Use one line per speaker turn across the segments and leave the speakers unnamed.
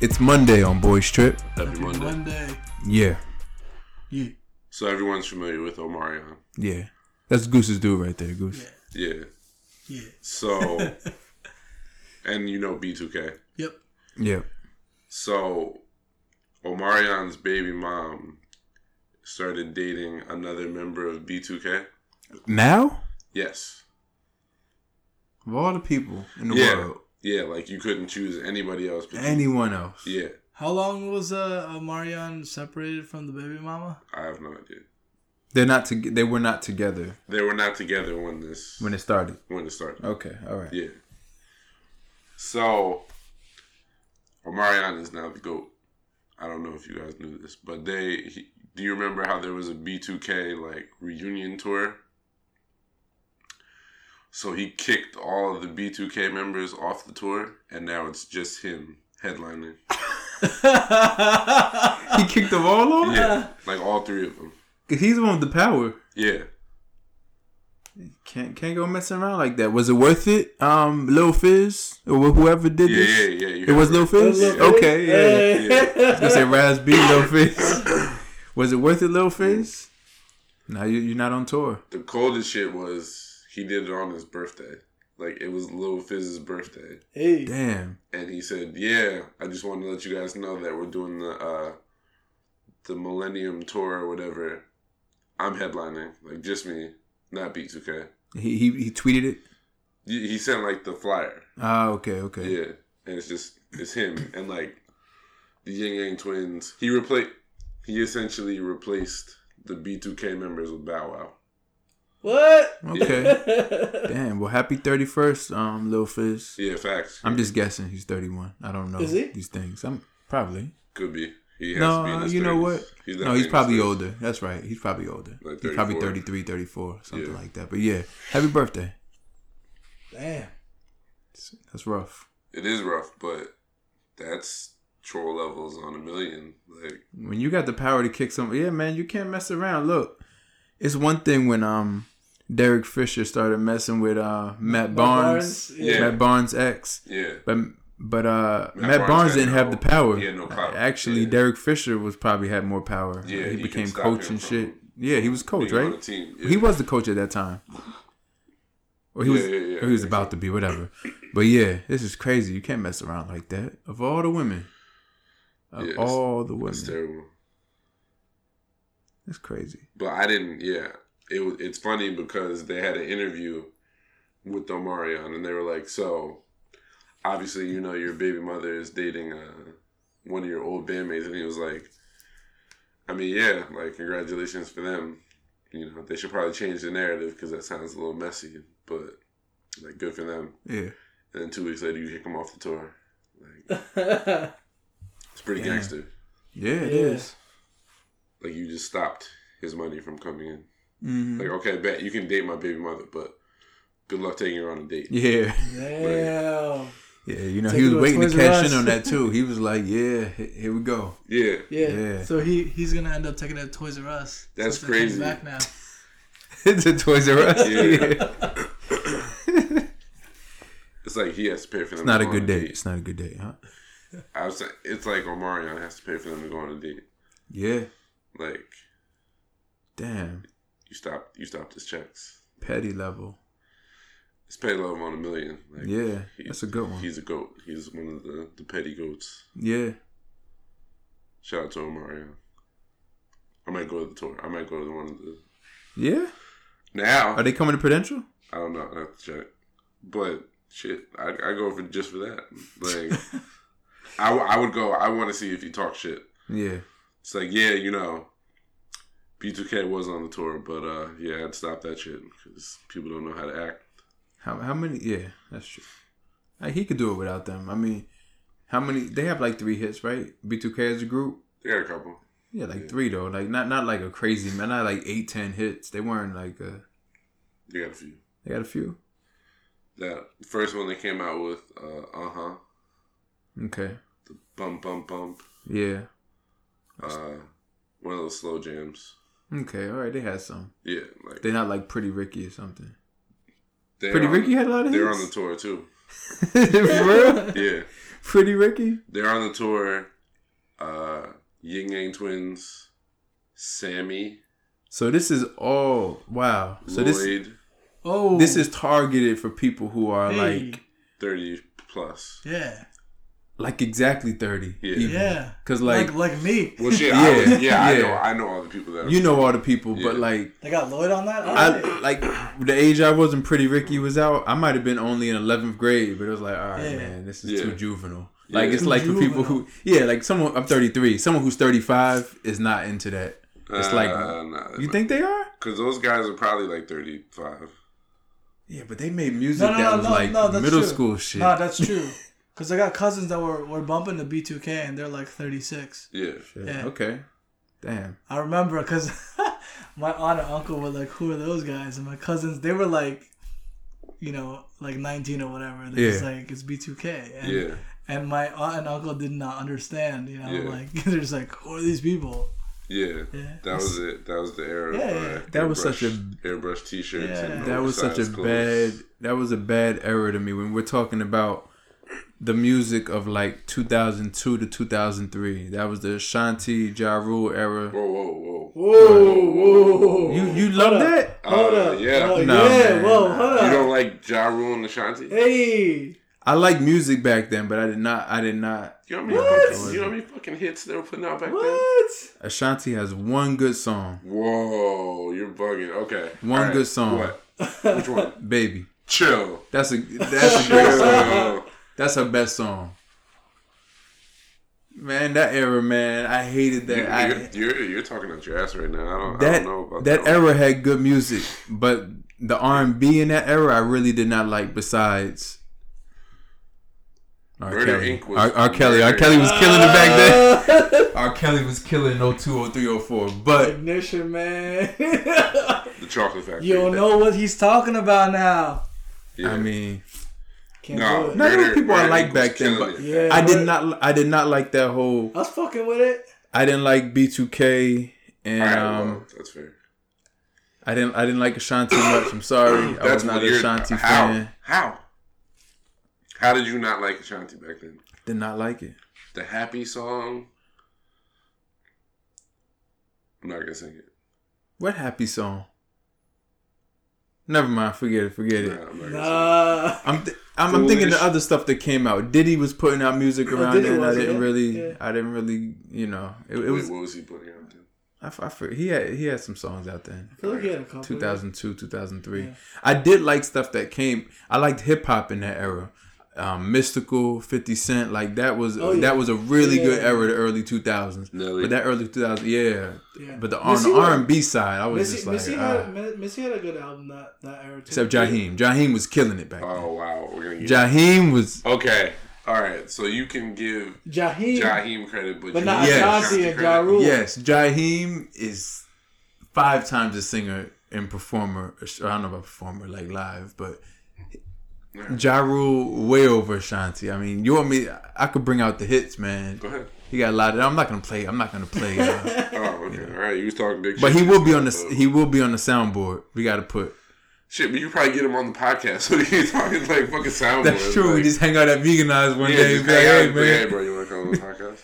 It's Monday on Boys Trip.
Happy Monday.
Yeah,
Yeah.
So everyone's familiar with Omarion.
yeah. That's Goose's dude right there, Goose.
Yeah.
Yeah.
So, and you know B2K.
Yep.
Yeah.
So, Omarion's baby mom started dating another member of B2K.
Now?
Yes.
Of all the people in the
yeah.
world,
Yeah, like you couldn't choose anybody else. But
anyone else.
yeah,
How long was uh, uh, Marion separated from the baby mama?
I have no idea.
They're not to, they were not together
They were not together when this
when it started.
when it started.
Okay, all right.
Yeah. So, Omarion is now the GOAT. I don't know if you guys knew this, but they. He, do you remember how there was a B2K like reunion tour? So he kicked all of the B2K members off the tour, and now it's just him headlining.
He kicked them all off?
Yeah, like all three of them.
'Cause He's the one with the power.
Yeah,
Can't can't go messing around like that. Was it worth it? Um, Lil Fizz or wh- whoever did
yeah,
this?
yeah, yeah. You
It was Lil Fizz.
Lil Fizz?
Okay, yeah.
Hey.
I was gonna say Raz B, Lil Fizz. Was it worth it, Lil Fizz? Now you, you're not on tour.
The coldest shit was he did it on his birthday. Like it was Lil Fizz's birthday.
Hey.
Damn.
and he said, "Yeah, I just wanted to let you guys know that we're doing the uh, the Millennium Tour or whatever. I'm headlining, like just me, not B2K."
He he, he tweeted it.
He he sent like the flyer,
Ah, okay, okay.
yeah, and it's just it's him and like the Ying Yang Twins. He replaced, he essentially replaced the B2K members with Bow Wow.
What?
Okay. Damn. Well, happy 31st, um, Lil Fizz.
Yeah, facts.
I'm just guessing he's 31. I don't know
Is he?
these things. I'm probably.
could be. He has to be in
No, uh,
his
you know
30s.
what? no,
definitely
he's
in his
probably
30s.
older. That's right. He's probably older.
Like
he's probably
34.
33, 34, something
Yeah.
like that. But yeah, happy birthday.
Damn.
That's rough.
It is rough, but that's troll levels on a million. Like
when you got the power to kick some yeah man you can't mess around look it's one thing when um derek fisher started messing with uh matt barnes,
Yeah.
matt barnes ex
Yeah.
but but uh matt,
Matt
barnes,
Barnes had
didn't have
no-
the power
he had no power.
actually
Yeah.
derek fisher was probably had more power
Yeah,
he,
he
became
can stop
coach
him
and
from
shit yeah he was coach
being on the
right
team.
he
Yeah.
was the coach at that time or he
Yeah,
was
yeah, yeah,
or he was
I think
about to be whatever but yeah this is crazy you can't mess around like that of all the women of
Yeah, it's-
all the women
It's terrible.
that's crazy
But I didn't. Yeah, it wa- it's funny because they had an interview with Omarion, and they were like, "So, obviously, you know, your baby mother is dating uh, one of your old bandmates," and he was like, "I mean, yeah, like congratulations for them. You know, they should probably change the narrative because that sounds a little messy, but like, good for them."
yeah
And then two weeks later, you kick him off the tour. Like, it's pretty
Damn.
gangster.
Yeah, it
Yeah.
is.
Like you just stopped his money from coming in.
Mhm.
Like, okay, bet you can date my baby mother, but good luck taking her on a date.
Yeah,
Damn.
yeah. You know,
Take
he was
it to a
waiting to
Toys R
cash in
Us.
on that too. He was like, "Yeah, he- here we go."
Yeah,
Yeah.
Yeah.
So he he's gonna end up taking that Toys R Us.
That's
since they came
crazy.
Back now.
it's a Toys R Us.
Yeah.
Yeah.
it's like he has to pay for them.
Not
to
a
go
good
on
day. It's not a good day, huh?
I was like, it's like Omarion has to pay for them to go on a date.
Yeah.
Like
Damn.
you stopped, you stopped his checks.
Petty level.
It's pay love on a million. Like,
Yeah,
he-
that's a good one.
He's a goat. He's one of the the petty goats.
Yeah.
Shout out to Omarion. I might go to the tour. I might go to one of the
Yeah.
now.
Are they coming to Prudential?
I don't know. I have to check. But shit, I, I go for just for that. Like, I, w- I would go. I want to see if you talk shit.
Yeah.
It's like, yeah, you know, B2K was on the tour, but uh, yeah, I'd stop that shit because people don't know how to act.
How how many? Yeah, that's true. Like, he could do it without them. I mean, how many? They have like three hits, right? B2K as a group.
They got a couple.
Yeah, like
Yeah.
three though. Like not not like a crazy man. Not like eight ten hits. They weren't like uh
They got a few.
They got a few.
That first one they came out with, uh huh,
Okay.
bump, bump, bump.
Yeah.
Uh, one of those slow jams.
Okay, all right, they had some.
Yeah, like
They're not like Pretty Ricky or something.
they're
Pretty
on-
Ricky had a lot of
They're on the
hits.
tour too.
For real?
Yeah,
Pretty Ricky?
They're on the tour. Uh, Ying Yang Twins, Sammy,
So this is all wow. So this
Lloyd,
Oh,
this is targeted for people who are
hey.
like
thirty plus.
yeah,
like exactly thirty.
Yeah.
even.
yeah,
Cause like,
like, like me.
Well, shit, I was-
Yeah,
yeah, I
yeah.
know, I know all the people that.
you know all the people, but
Yeah.
like
They got Lloyd on that.
I
Alright.
like the age I was when Pretty Ricky was out. I might have been only in eleventh grade, but it was like, all right,
Yeah.
man, this is
Yeah.
too juvenile. Like
Yeah.
it's
Too
like for people who, yeah, like someone I'm 33. Someone who's 35 is not into that. It's like
Uh,
you think they are?
because those guys are probably like thirty-five.
Yeah, but they made music
no,
that
no,
was
no,
like
no, that's
middle
true.
school shit.
Nah, that's true. Cause I got cousins that were, were bumping the B2K and they're like 36.
Yeah,
Shit,
yeah.
Okay, damn.
I remember cause my aunt and uncle were like, "Who are those guys?" And my cousins, they were like, you know, like 19 or whatever. They're just
Yeah.
like, "It's B2K." And,
yeah,
and my aunt and uncle did not understand. You know,
Yeah.
like they're just like, "Who are these people?"
yeah.
Yeah.
That was it. That was the era.
Yeah,
of, uh,
yeah.
That was such a-
airbrush- airbrush T-shirts.
Yeah.
And
That was such a
oversized
bad.
clothes.
That was a bad era to me when we're talking about the music of like 2002 to 2003. That was the Shanti Ja Rule era.
Whoa, whoa, whoa!
whoa!
You you love
Hold up.
that?
Hold
Uh,
up.
yeah.
Oh,
Nah,
yeah.
man.
Whoa. Hold
You
up.
don't like Ja Rule and Ashanti?
Hey.
I like music back then, but I did not. I did not.
You know how many
What?
fucking, you know how many fucking hits they were putting out back then?
What?
Ashanti has one good song,
Whoa, you're bugging. Okay,
One
All right.
good song.
What? Which one?
baby.
Chill.
That's a that's a good song.
Chill.
That's her best song. Man, that era, man, I hated that. I,
You're, you're, you're talking out your ass right now. I don't, I
that
don't know about
that
one.
era had good music, but the R and B in that era I really did not like. Besides, R.
Murder,
Kelly,
Inc. was
R. R. Kelly, R.
murder.
Kelly was killing it back then.
Uh,
R. Kelly was killing oh in 02, 03, 04. But
Ignition, man.
the Chocolate Factory.
you don't know what he's talking about now.
Yeah.
I mean,
Can't
no,
do it.
Not even
Murder-
people I
Murder,
like
Inc.
back
was
then,
killing
but-
it.
Yeah.
I
but
did not, I did not like that whole.
I was fucking with it.
I didn't like B2K, and
Alright,
um,
well, that's fair.
I didn't, I didn't like Ashanti much. I'm sorry, I was
That's
not
what
a
you're-
Ashanti
how?
fan.
How? How did you not like Ashanti back then?
Did not like it.
The happy song. I'm not gonna sing it.
What happy song? Never mind. Forget it. Forget it.
Nah, I'm not gonna sing it.
Nah.
I'm, th- I'm, I'm thinking the
Foolish.
other stuff that came out. Diddy was putting out music
Oh,
around
Diddy
it, and I
was,
didn't
yeah,
really,
yeah.
I didn't really, you know, it, it
Wait,
was.
what was he putting out? Then?
I, f- I f- he had he had some songs out then.
I feel like he had a couple.
2002, 2003.
Oh, Yeah.
I did like stuff that came. I liked hip hop in that era. Um, Mystical, 50 Cent, like that was
Oh, yeah.
that was a really good
Yeah.
era, the early 2000s.
Nelly.
But that early 2000s, yeah.
Yeah.
But the on
Missy
the
was-
R and B side, I was
Missy,
just like,
Missy,
ah.
had, Mi- Missy had a good album that, that era too.
except Jaheim. Jaheim was killing it back. then.
oh wow, we're gonna get.
Jaheim was
okay, all right. So you can give
Jaheim.
Jaheim credit, but,
But
you can't
not
give
Yes.
Ashanti and
credit.
Ja Rule.
yes. Jaheim is five times a singer and performer. I don't know about performer like live, but Ja Rule way over Ashanti. I mean, you want me? I could bring out the hits, man.
Go ahead.
He got a lot of. I'm not gonna play. I'm not gonna play. uh,
Oh, okay. All right. You was talking big
but
shit.
he will be on the.
Uh,
He will be on the soundboard. We got to put.
Shit, but you probably get him on the podcast. So you talking like fucking soundboard.
That's true. we
Like,
just hang out at Veganize one
yeah,
day. and
just
be like,
hang out
hey,
and be like,
man.
hey, bro, you want to come on the podcast?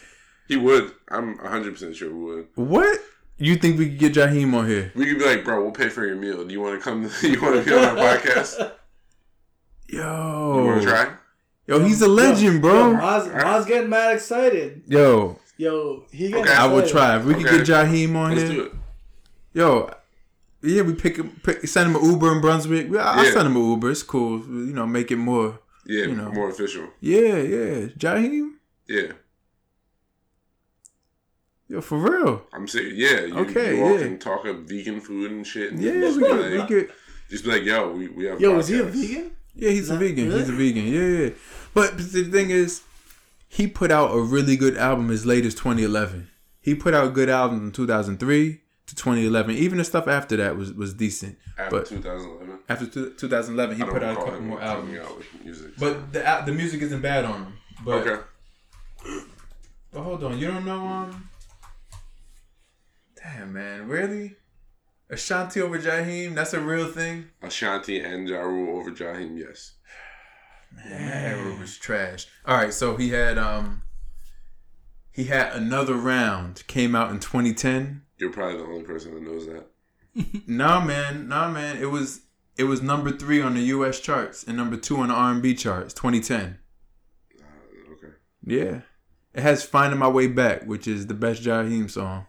He would. I'm 100 percent sure we would.
What? You think we could get Jaheim on here?
We could be like, bro, we'll pay for your meal. Do you want to come? you want to be on our podcast? You
Yo.
want to try?
Yo, Oh, he's a legend,
Yo,
bro.
Maz, Maz getting mad excited.
Yo,
Yo, he getting
Okay.
I
excited.
will try. If we could
Okay.
get Jaheim on
Let's
here.
do it.
Yo, yeah, we pick him, pick, send him an Uber in Brunswick. I, I
Yeah.
send him an Uber. It's cool. You know, make it more.
Yeah,
You know.
more official.
Yeah, yeah. Jaheim?
Yeah,
Yo, for real.
I'm saying. Yeah, you,
Okay,
You walk
yeah.
and talk of vegan food and shit. And
Yeah,
just,
we
be
could, we
like,
could.
just be like, yo, we we have. a
Yo, was he a
podcast.
vegan?
Yeah, he's a
Nah,
vegan. He's a
really?
vegan. Yeah, yeah. But the thing is, he put out a really good album as late as 2011. He put out good albums in 2003 to 2011. Even the stuff after that was was decent.
After
but
2011,
after two- 2011, he
I don't
put out a
recall
couple
him
more
coming
albums.
out with music.
But the al- the music isn't bad on him. But,
okay,
but hold on, you don't know um. Damn man, really? Ashanti over Jaheim? That's a real thing.
Ashanti and Ja Rule over Jaheim, yes.
Man, that era was trash. All right, so he had um he had another round came out in 2010.
You're probably the only person that knows that.
Nah, man, nah, man. It was it was number three on the U.S. charts and number two on the R&B charts. 2010.
Uh, okay.
Yeah, it has "Finding My Way Back," which is the best Jaheim song.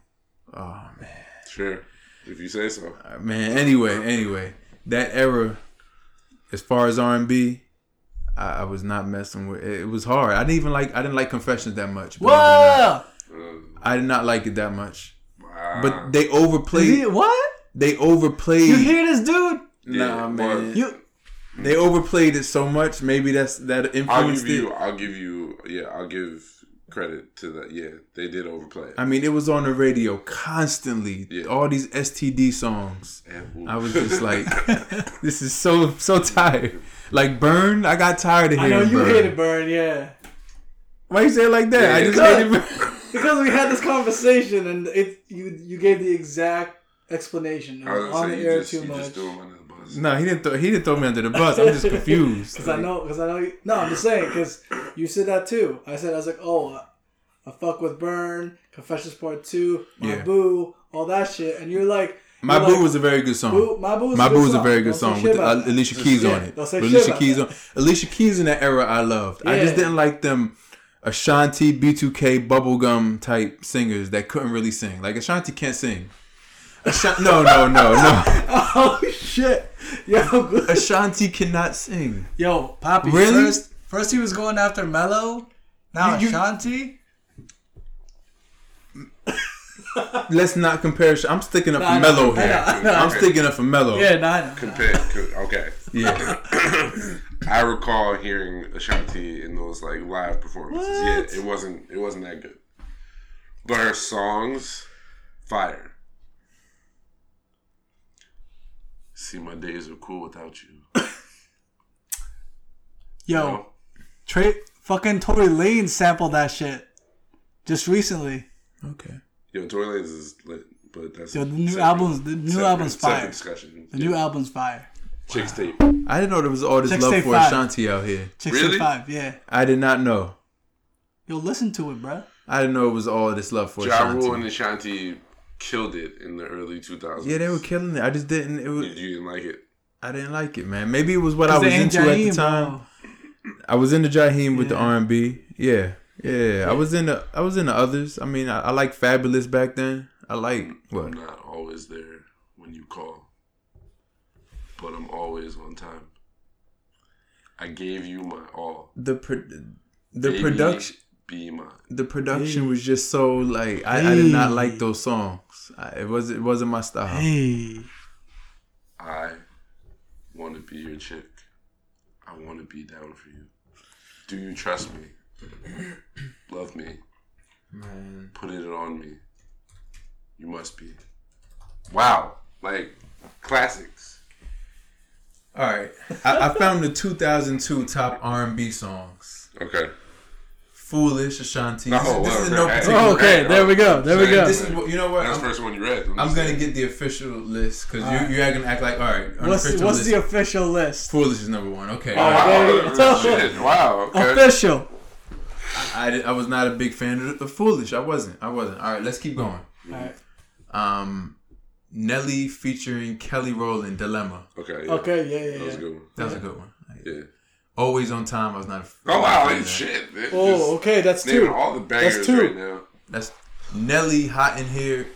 Oh man.
Sure. If you say so.
Uh, man. Anyway, anyway, that era, as far as R and B, I I was not messing with. It, it was hard. I didn't even like. I didn't like Confessions that much. believe it or not.
Whoa!
Uh,
I did not like it that much.
wow.
But they
Is he-
overplayed.
what?
They overplayed.
You hear this dude?
nah,
Yeah,
man.
but-
You
they overplayed it so much. Maybe that's that
I'll
influenced
give
it.
you. I'll give you. Yeah, I'll give credit to that. Yeah, they did overplay.
I mean, it was on the radio constantly.
Yeah.
All these STD songs.
it.
I was just like, this is so so tired. Like burn, I got tired of
I
hearing.
know you
burn.
hated Burn, yeah.
Why you say it like that? I
Yeah.
just hated burn.
Because we had this conversation and it you you gave the exact explanation. It
I was
was
gonna
on
say
the
you
air
just,
too
you
much.
just threw him under the bus.
No, he didn't. Throw, he didn't throw me under the bus. I'm just confused.
Because I
Like,
know, because I know. You, no, I'm just saying. Because you said that too. I said I was like, oh, I, I fuck with Burn, Confessions Part Two, My
Yeah.
Boo, all that shit, and you're like,
My
you're
boo
like,
was a very good song.
Boo, my boo.
My Boo was a very good song
Don't say shit
with
about
uh,
that.
Alicia Keys
Yeah,
on it.
don't say
With
shit
Alicia
about
Keys
that.
on Alicia Keys in that era I loved. I just
Yeah.
didn't like them Ashanti, B2K, bubblegum type singers that couldn't really sing. Like Ashanti can't sing. Ashanti, no, no, no, no.
Oh shit, yo, good.
Ashanti cannot sing.
yo, Poppy.
Really?
First, first he was going after Mello, now
You- you-
Ashanti.
Let's not compare. Ash- I'm sticking up
I
for
know,
Mellow
I
here.
know, I know.
I'm sticking up for Mellow.
Yeah, nah, I know.
Compare, co- okay.
yeah.
I recall hearing Ashanti in those like live performances.
What?
Yeah, it wasn't. It wasn't that good. But her songs, fire. See, my days are cool without you.
Yo, Trey, fucking Tory Lane sampled that shit just recently.
Okay.
Yo, Tory Lanez is lit, but that's
Yo, the new
separate-
albums, the new
separate-
albums
separate
fire.
discussion.
The new album's fire.
Chicks tape.
I didn't know there was all this
Sex
love
Tape
for
Five.
Ashanti out here.
Chicks
Really?
in Five, yeah.
I did not know.
Yo, listen to it, bruh.
I didn't know it was all this love for
Ja
Ashanti.
Rule and Ashanti killed it in the early 2000s.
Yeah, they were killing it. I just didn't. It was,
You didn't like it.
I didn't like it, man. Maybe it was what I
'Cause
was
they ain't
into at
Jaheim,
the time.
bro.
I was into Jaheim with the
Yeah.
R and B. Yeah. yeah, I was into I was into others. I mean, I, I like Fabulous back then. I like what?
I'm not always there when you call, but I'm always on time. I gave you my all.
the pro- the
Baby,
production
Be mine.
the production was just so like I, I did not like those songs. I, it was it wasn't my style.
Hey.
I want to be your chick. I want to be down for you. Do you trust me? Love me.
Man.
Put it on me. You must be. Wow. Like classics.
All right, I, I found the 2002 top R and B songs.
Okay.
Foolish Ashanti. This,
Oh,
is- this
well,
is no
hey,
particular.
Oh, okay, there we go, there we
Saying
go.
This is what you know what
That's
I'm-
the first one you read.
I'm gonna get the official list because you
Alright.
you are gonna act like all right.
What's,
unofficial
what's
list.
the official list?
Foolish is number one. Okay,
Oh,
alright.
there you go.
wow. Shit. Wow. Okay.
Official.
I, did- I was not a big fan of the, the Foolish. I wasn't. I wasn't. All right, let's keep going.
Alright.
Um, Nelly featuring Kelly Rowland, Dilemma.
Okay. Yeah.
Okay, yeah,
That
yeah,
was a
yeah.
good one.
That was a good one. Like,
Yeah.
Always on time. I was not. A,
Oh wow!
fan of that.
Shit. Man.
Oh, okay, that's
Naming
two.
all the bangers
two.
right now.
That's Nelly hot in here.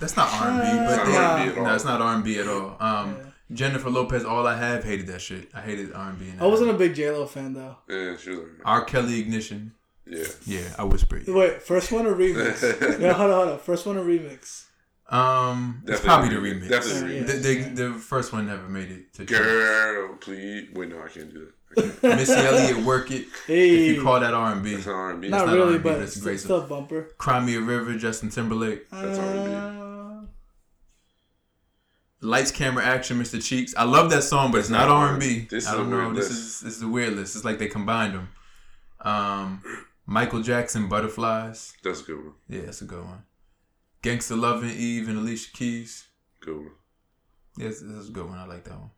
That's not R and B, but
not
they-
R&B at all.
no, it's not R and B at all. Um, Jennifer Lopez, all I have hated that shit. I hated R and B.
I wasn't a big J-Lo fan, though.
Yeah, she was like,
R Kelly ignition.
yeah.
Yeah, I whispered.
Wait, first one or remix? yeah, hold on, hold on. First one or remix?
Um, it's
Definitely
probably the
the
remix.
remix. Definitely
the
the,
remix.
the, the first one never made it to charts.
Girl, please. Wait, no, I can't do that. I can't.
Missy Elliott, "Work It." If
Hey.
you call that R and B,
It's not R&B.
Not
not
really,
R&B,
but
but it's
it's
great.
still a bumper.
"Cry Me a River," Justin Timberlake,
That's R&B.
Uh,
"Lights, Camera, Action," Mr. Cheeks. I love that song, but it's not R and B.
This
I
is a
don't
weird
know. This
list.
is this is a weird list. It's like they combined them. Um, Michael Jackson, "Butterflies."
That's a good one.
Yeah, that's a good one. Gangsta Lovin' Eve and Alicia Keys.
Good one.
Yes, that's a good one. I like that one.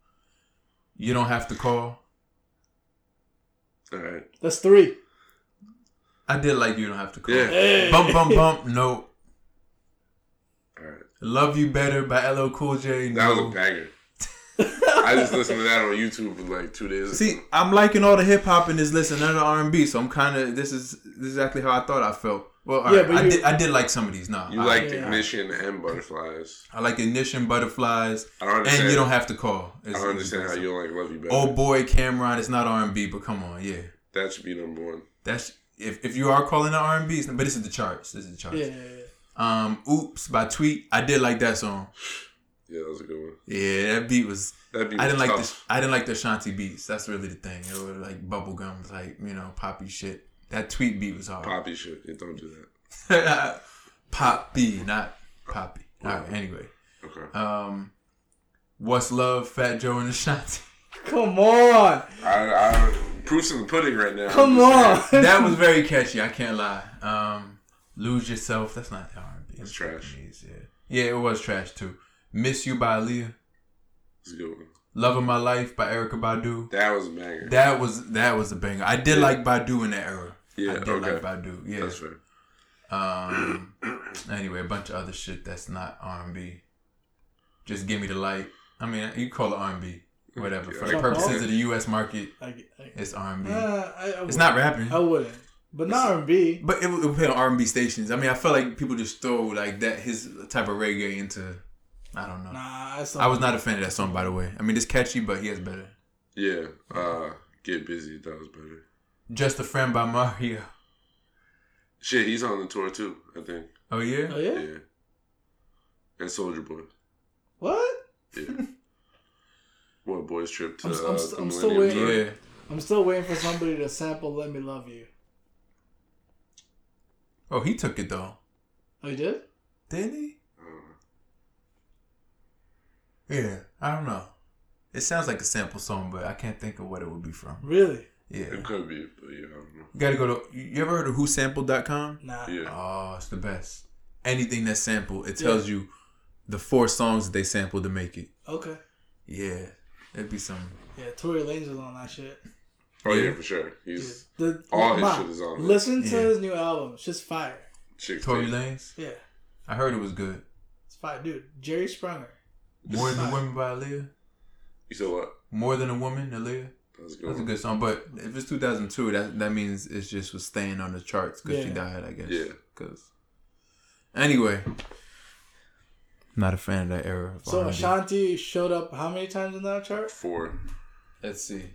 You don't have to call.
All right.
That's three.
I did like you don't have to call.
Yeah.
Hey.
Bump bump bump. No.
All right.
Love you better by LL Cool J.
That was a
No.
banger. I just listened to that on YouTube for like two days.
See,
ago.
I'm liking all the hip hop in this list and none of the R and B. So I'm kind of this is this is exactly how I thought I felt. Well, all
Yeah,
right,
but
I
you-
did I did like some of these. Nah,
you
I,
liked
yeah.
ignition and butterflies.
I like ignition butterflies
I don't understand.
and you don't have to call.
I don't understand how you don't like love you better.
Oh boy, Cameron, it's not R and B, but come on, yeah,
That should be number one.
that's if, if you are calling it R and B, but this is the charts. This is the charts.
Yeah, yeah, yeah.
Um, oops by Tweet. I did like that song.
Yeah, that was a good one.
Yeah, that beat was.
That beat
I didn't
was
like the
tough.
I didn't like the Shanti beats. That's really the thing. It was like bubblegum type, you know, poppy shit. That tweet beat was hard.
poppy shit. Yeah, don't do that.
poppy, not poppy. All right. Anyway,
Okay.
um, what's love? Fat Joe and the Shanti.
Come on.
I, I proofs in the pudding right now.
Come
I'm
on.
just saying.
That was very catchy. I can't lie. Um, lose yourself. That's not R and B.
It's trash.
Yeah. yeah, it was trash too. Miss you by Aaliyah.
It's a good one.
Love of my life by Erica Badu.
That was a banger.
That was that was a banger. I did like Badu in that era.
Yeah,
I did
okay.
like Badu. Yeah.
That's fair.
Um. anyway, a bunch of other shit that's not R and B. Just give me the light. I mean, you call it R and B, whatever. For the
Yeah.
purposes of the U.S. market,
I, I,
it's R and B.
uh, I, I
It's
wouldn't.
not rapping,
I wouldn't. But not R&B.
but it would it would play on R and B stations. I mean, I feel like people just throw like that his type of reggae into. I don't know.
Nah, that's
I was not a fan of that song, by the way. I mean, it's catchy, but he has better.
Yeah. Uh, get busy. That was better.
Just a friend by Mario.
Shit, he's on the tour too. I think.
Oh yeah.
Oh, yeah?
Yeah. And Soldier Boy.
What?
Yeah. what boys trip to
I'm
uh,
s- I'm s-
the
I'm still
Millennium
waiting.
Tour?
Yeah.
I'm still waiting for somebody to sample Let Me Love You.
Oh, he took it though.
Oh, you did?
Didn't he?
Uh,
Yeah, I don't know. It sounds like a sample song, but I can't think of what it would be from.
Really?
Yeah.
It could be, but yeah, I don't know.
You gotta go to. You ever heard of whosampled.com?
Nah.
Yeah.
Oh, it's the best. Anything that's sampled, it tells you the four songs that they sampled to make it.
Okay.
Yeah. It'd be some.
Yeah, Tory Lanez was on that shit.
Oh
Yeah.
yeah, for sure. He's
The,
All his
Ma,
shit is on it.
Listen to
Yeah.
his new album. Shit's fire.
chick.
Tory
tape.
Lanez?
Yeah,
I heard it was good.
it's fire, dude. Jerry Springer.
More Than a Woman by Aaliyah?
You said what?
More Than a Woman, Aaliyah?
That was a good.
That's a
one.
good song, but if it's 2002, that that means it just was staying on the charts because she
Yeah.
died, I guess.
Yeah.
'Cause- Anyway, not a fan of that era. of
So
R&B.
Ashanti showed up how many times in that chart?
Four.
Let's see.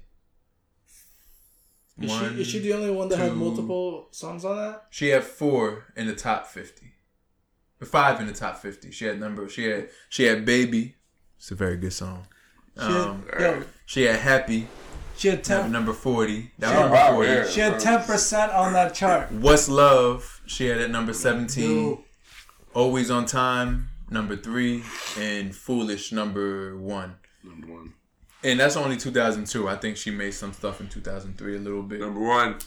Is
One,
she is she the only one that had
two-
multiple songs on that?
She had four in the top fifty. Five in the top fifty. She had number. She had she had baby. It's a very good song.
She
Um,
had, yo,
alright.
she had happy.
she had
Number,
ten.
number forty. That
She
was
had-
number
Wow,
forty.
yeah.
She had ten percent on that chart.
What's love? She had at number seventeen.
Yo,
Always on time. Number three and foolish number one.
Number one.
And that's only 2002. I think she made some stuff in 2003 a little bit.
Number one.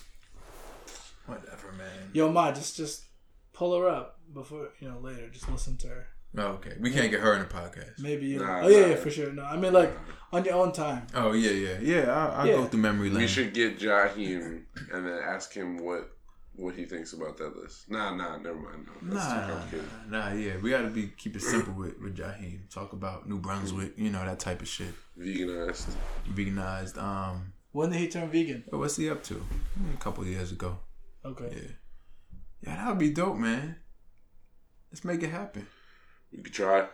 Whatever, man.
yo, ma, just just pull her up before you know later. Just listen to her.
Oh, okay, we can't get her in a podcast.
Maybe you.
Nah,
oh yeah,
nah.
yeah, for sure. No, I mean like on your own time.
Oh yeah, yeah, yeah. I, I'll
Yeah.
go through memory lane.
We should get Jaheim and then ask him what what he thinks about that list. Nah, nah, never mind. No, that's
Nah,
too
nah,
complicated.
nah, yeah. We gotta be keep it simple with with Jaheim. Talk about New Brunswick, you know that type of shit.
Veganized.
Veganized. Um,
When did he turn vegan?
what's he up to? Hmm, A couple years ago.
Okay.
Yeah, yeah. That would be dope, man. Let's make it happen.
You could try.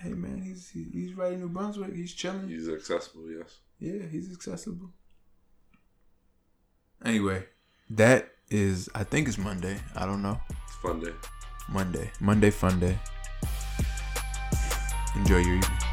Hey, man, he's he, he's right in New Brunswick. He's chilling.
He's accessible. Yes.
Yeah, he's accessible. Anyway, that is. I think it's Monday. I don't know.
It's fun day.
Monday. Monday fun day. Enjoy your evening.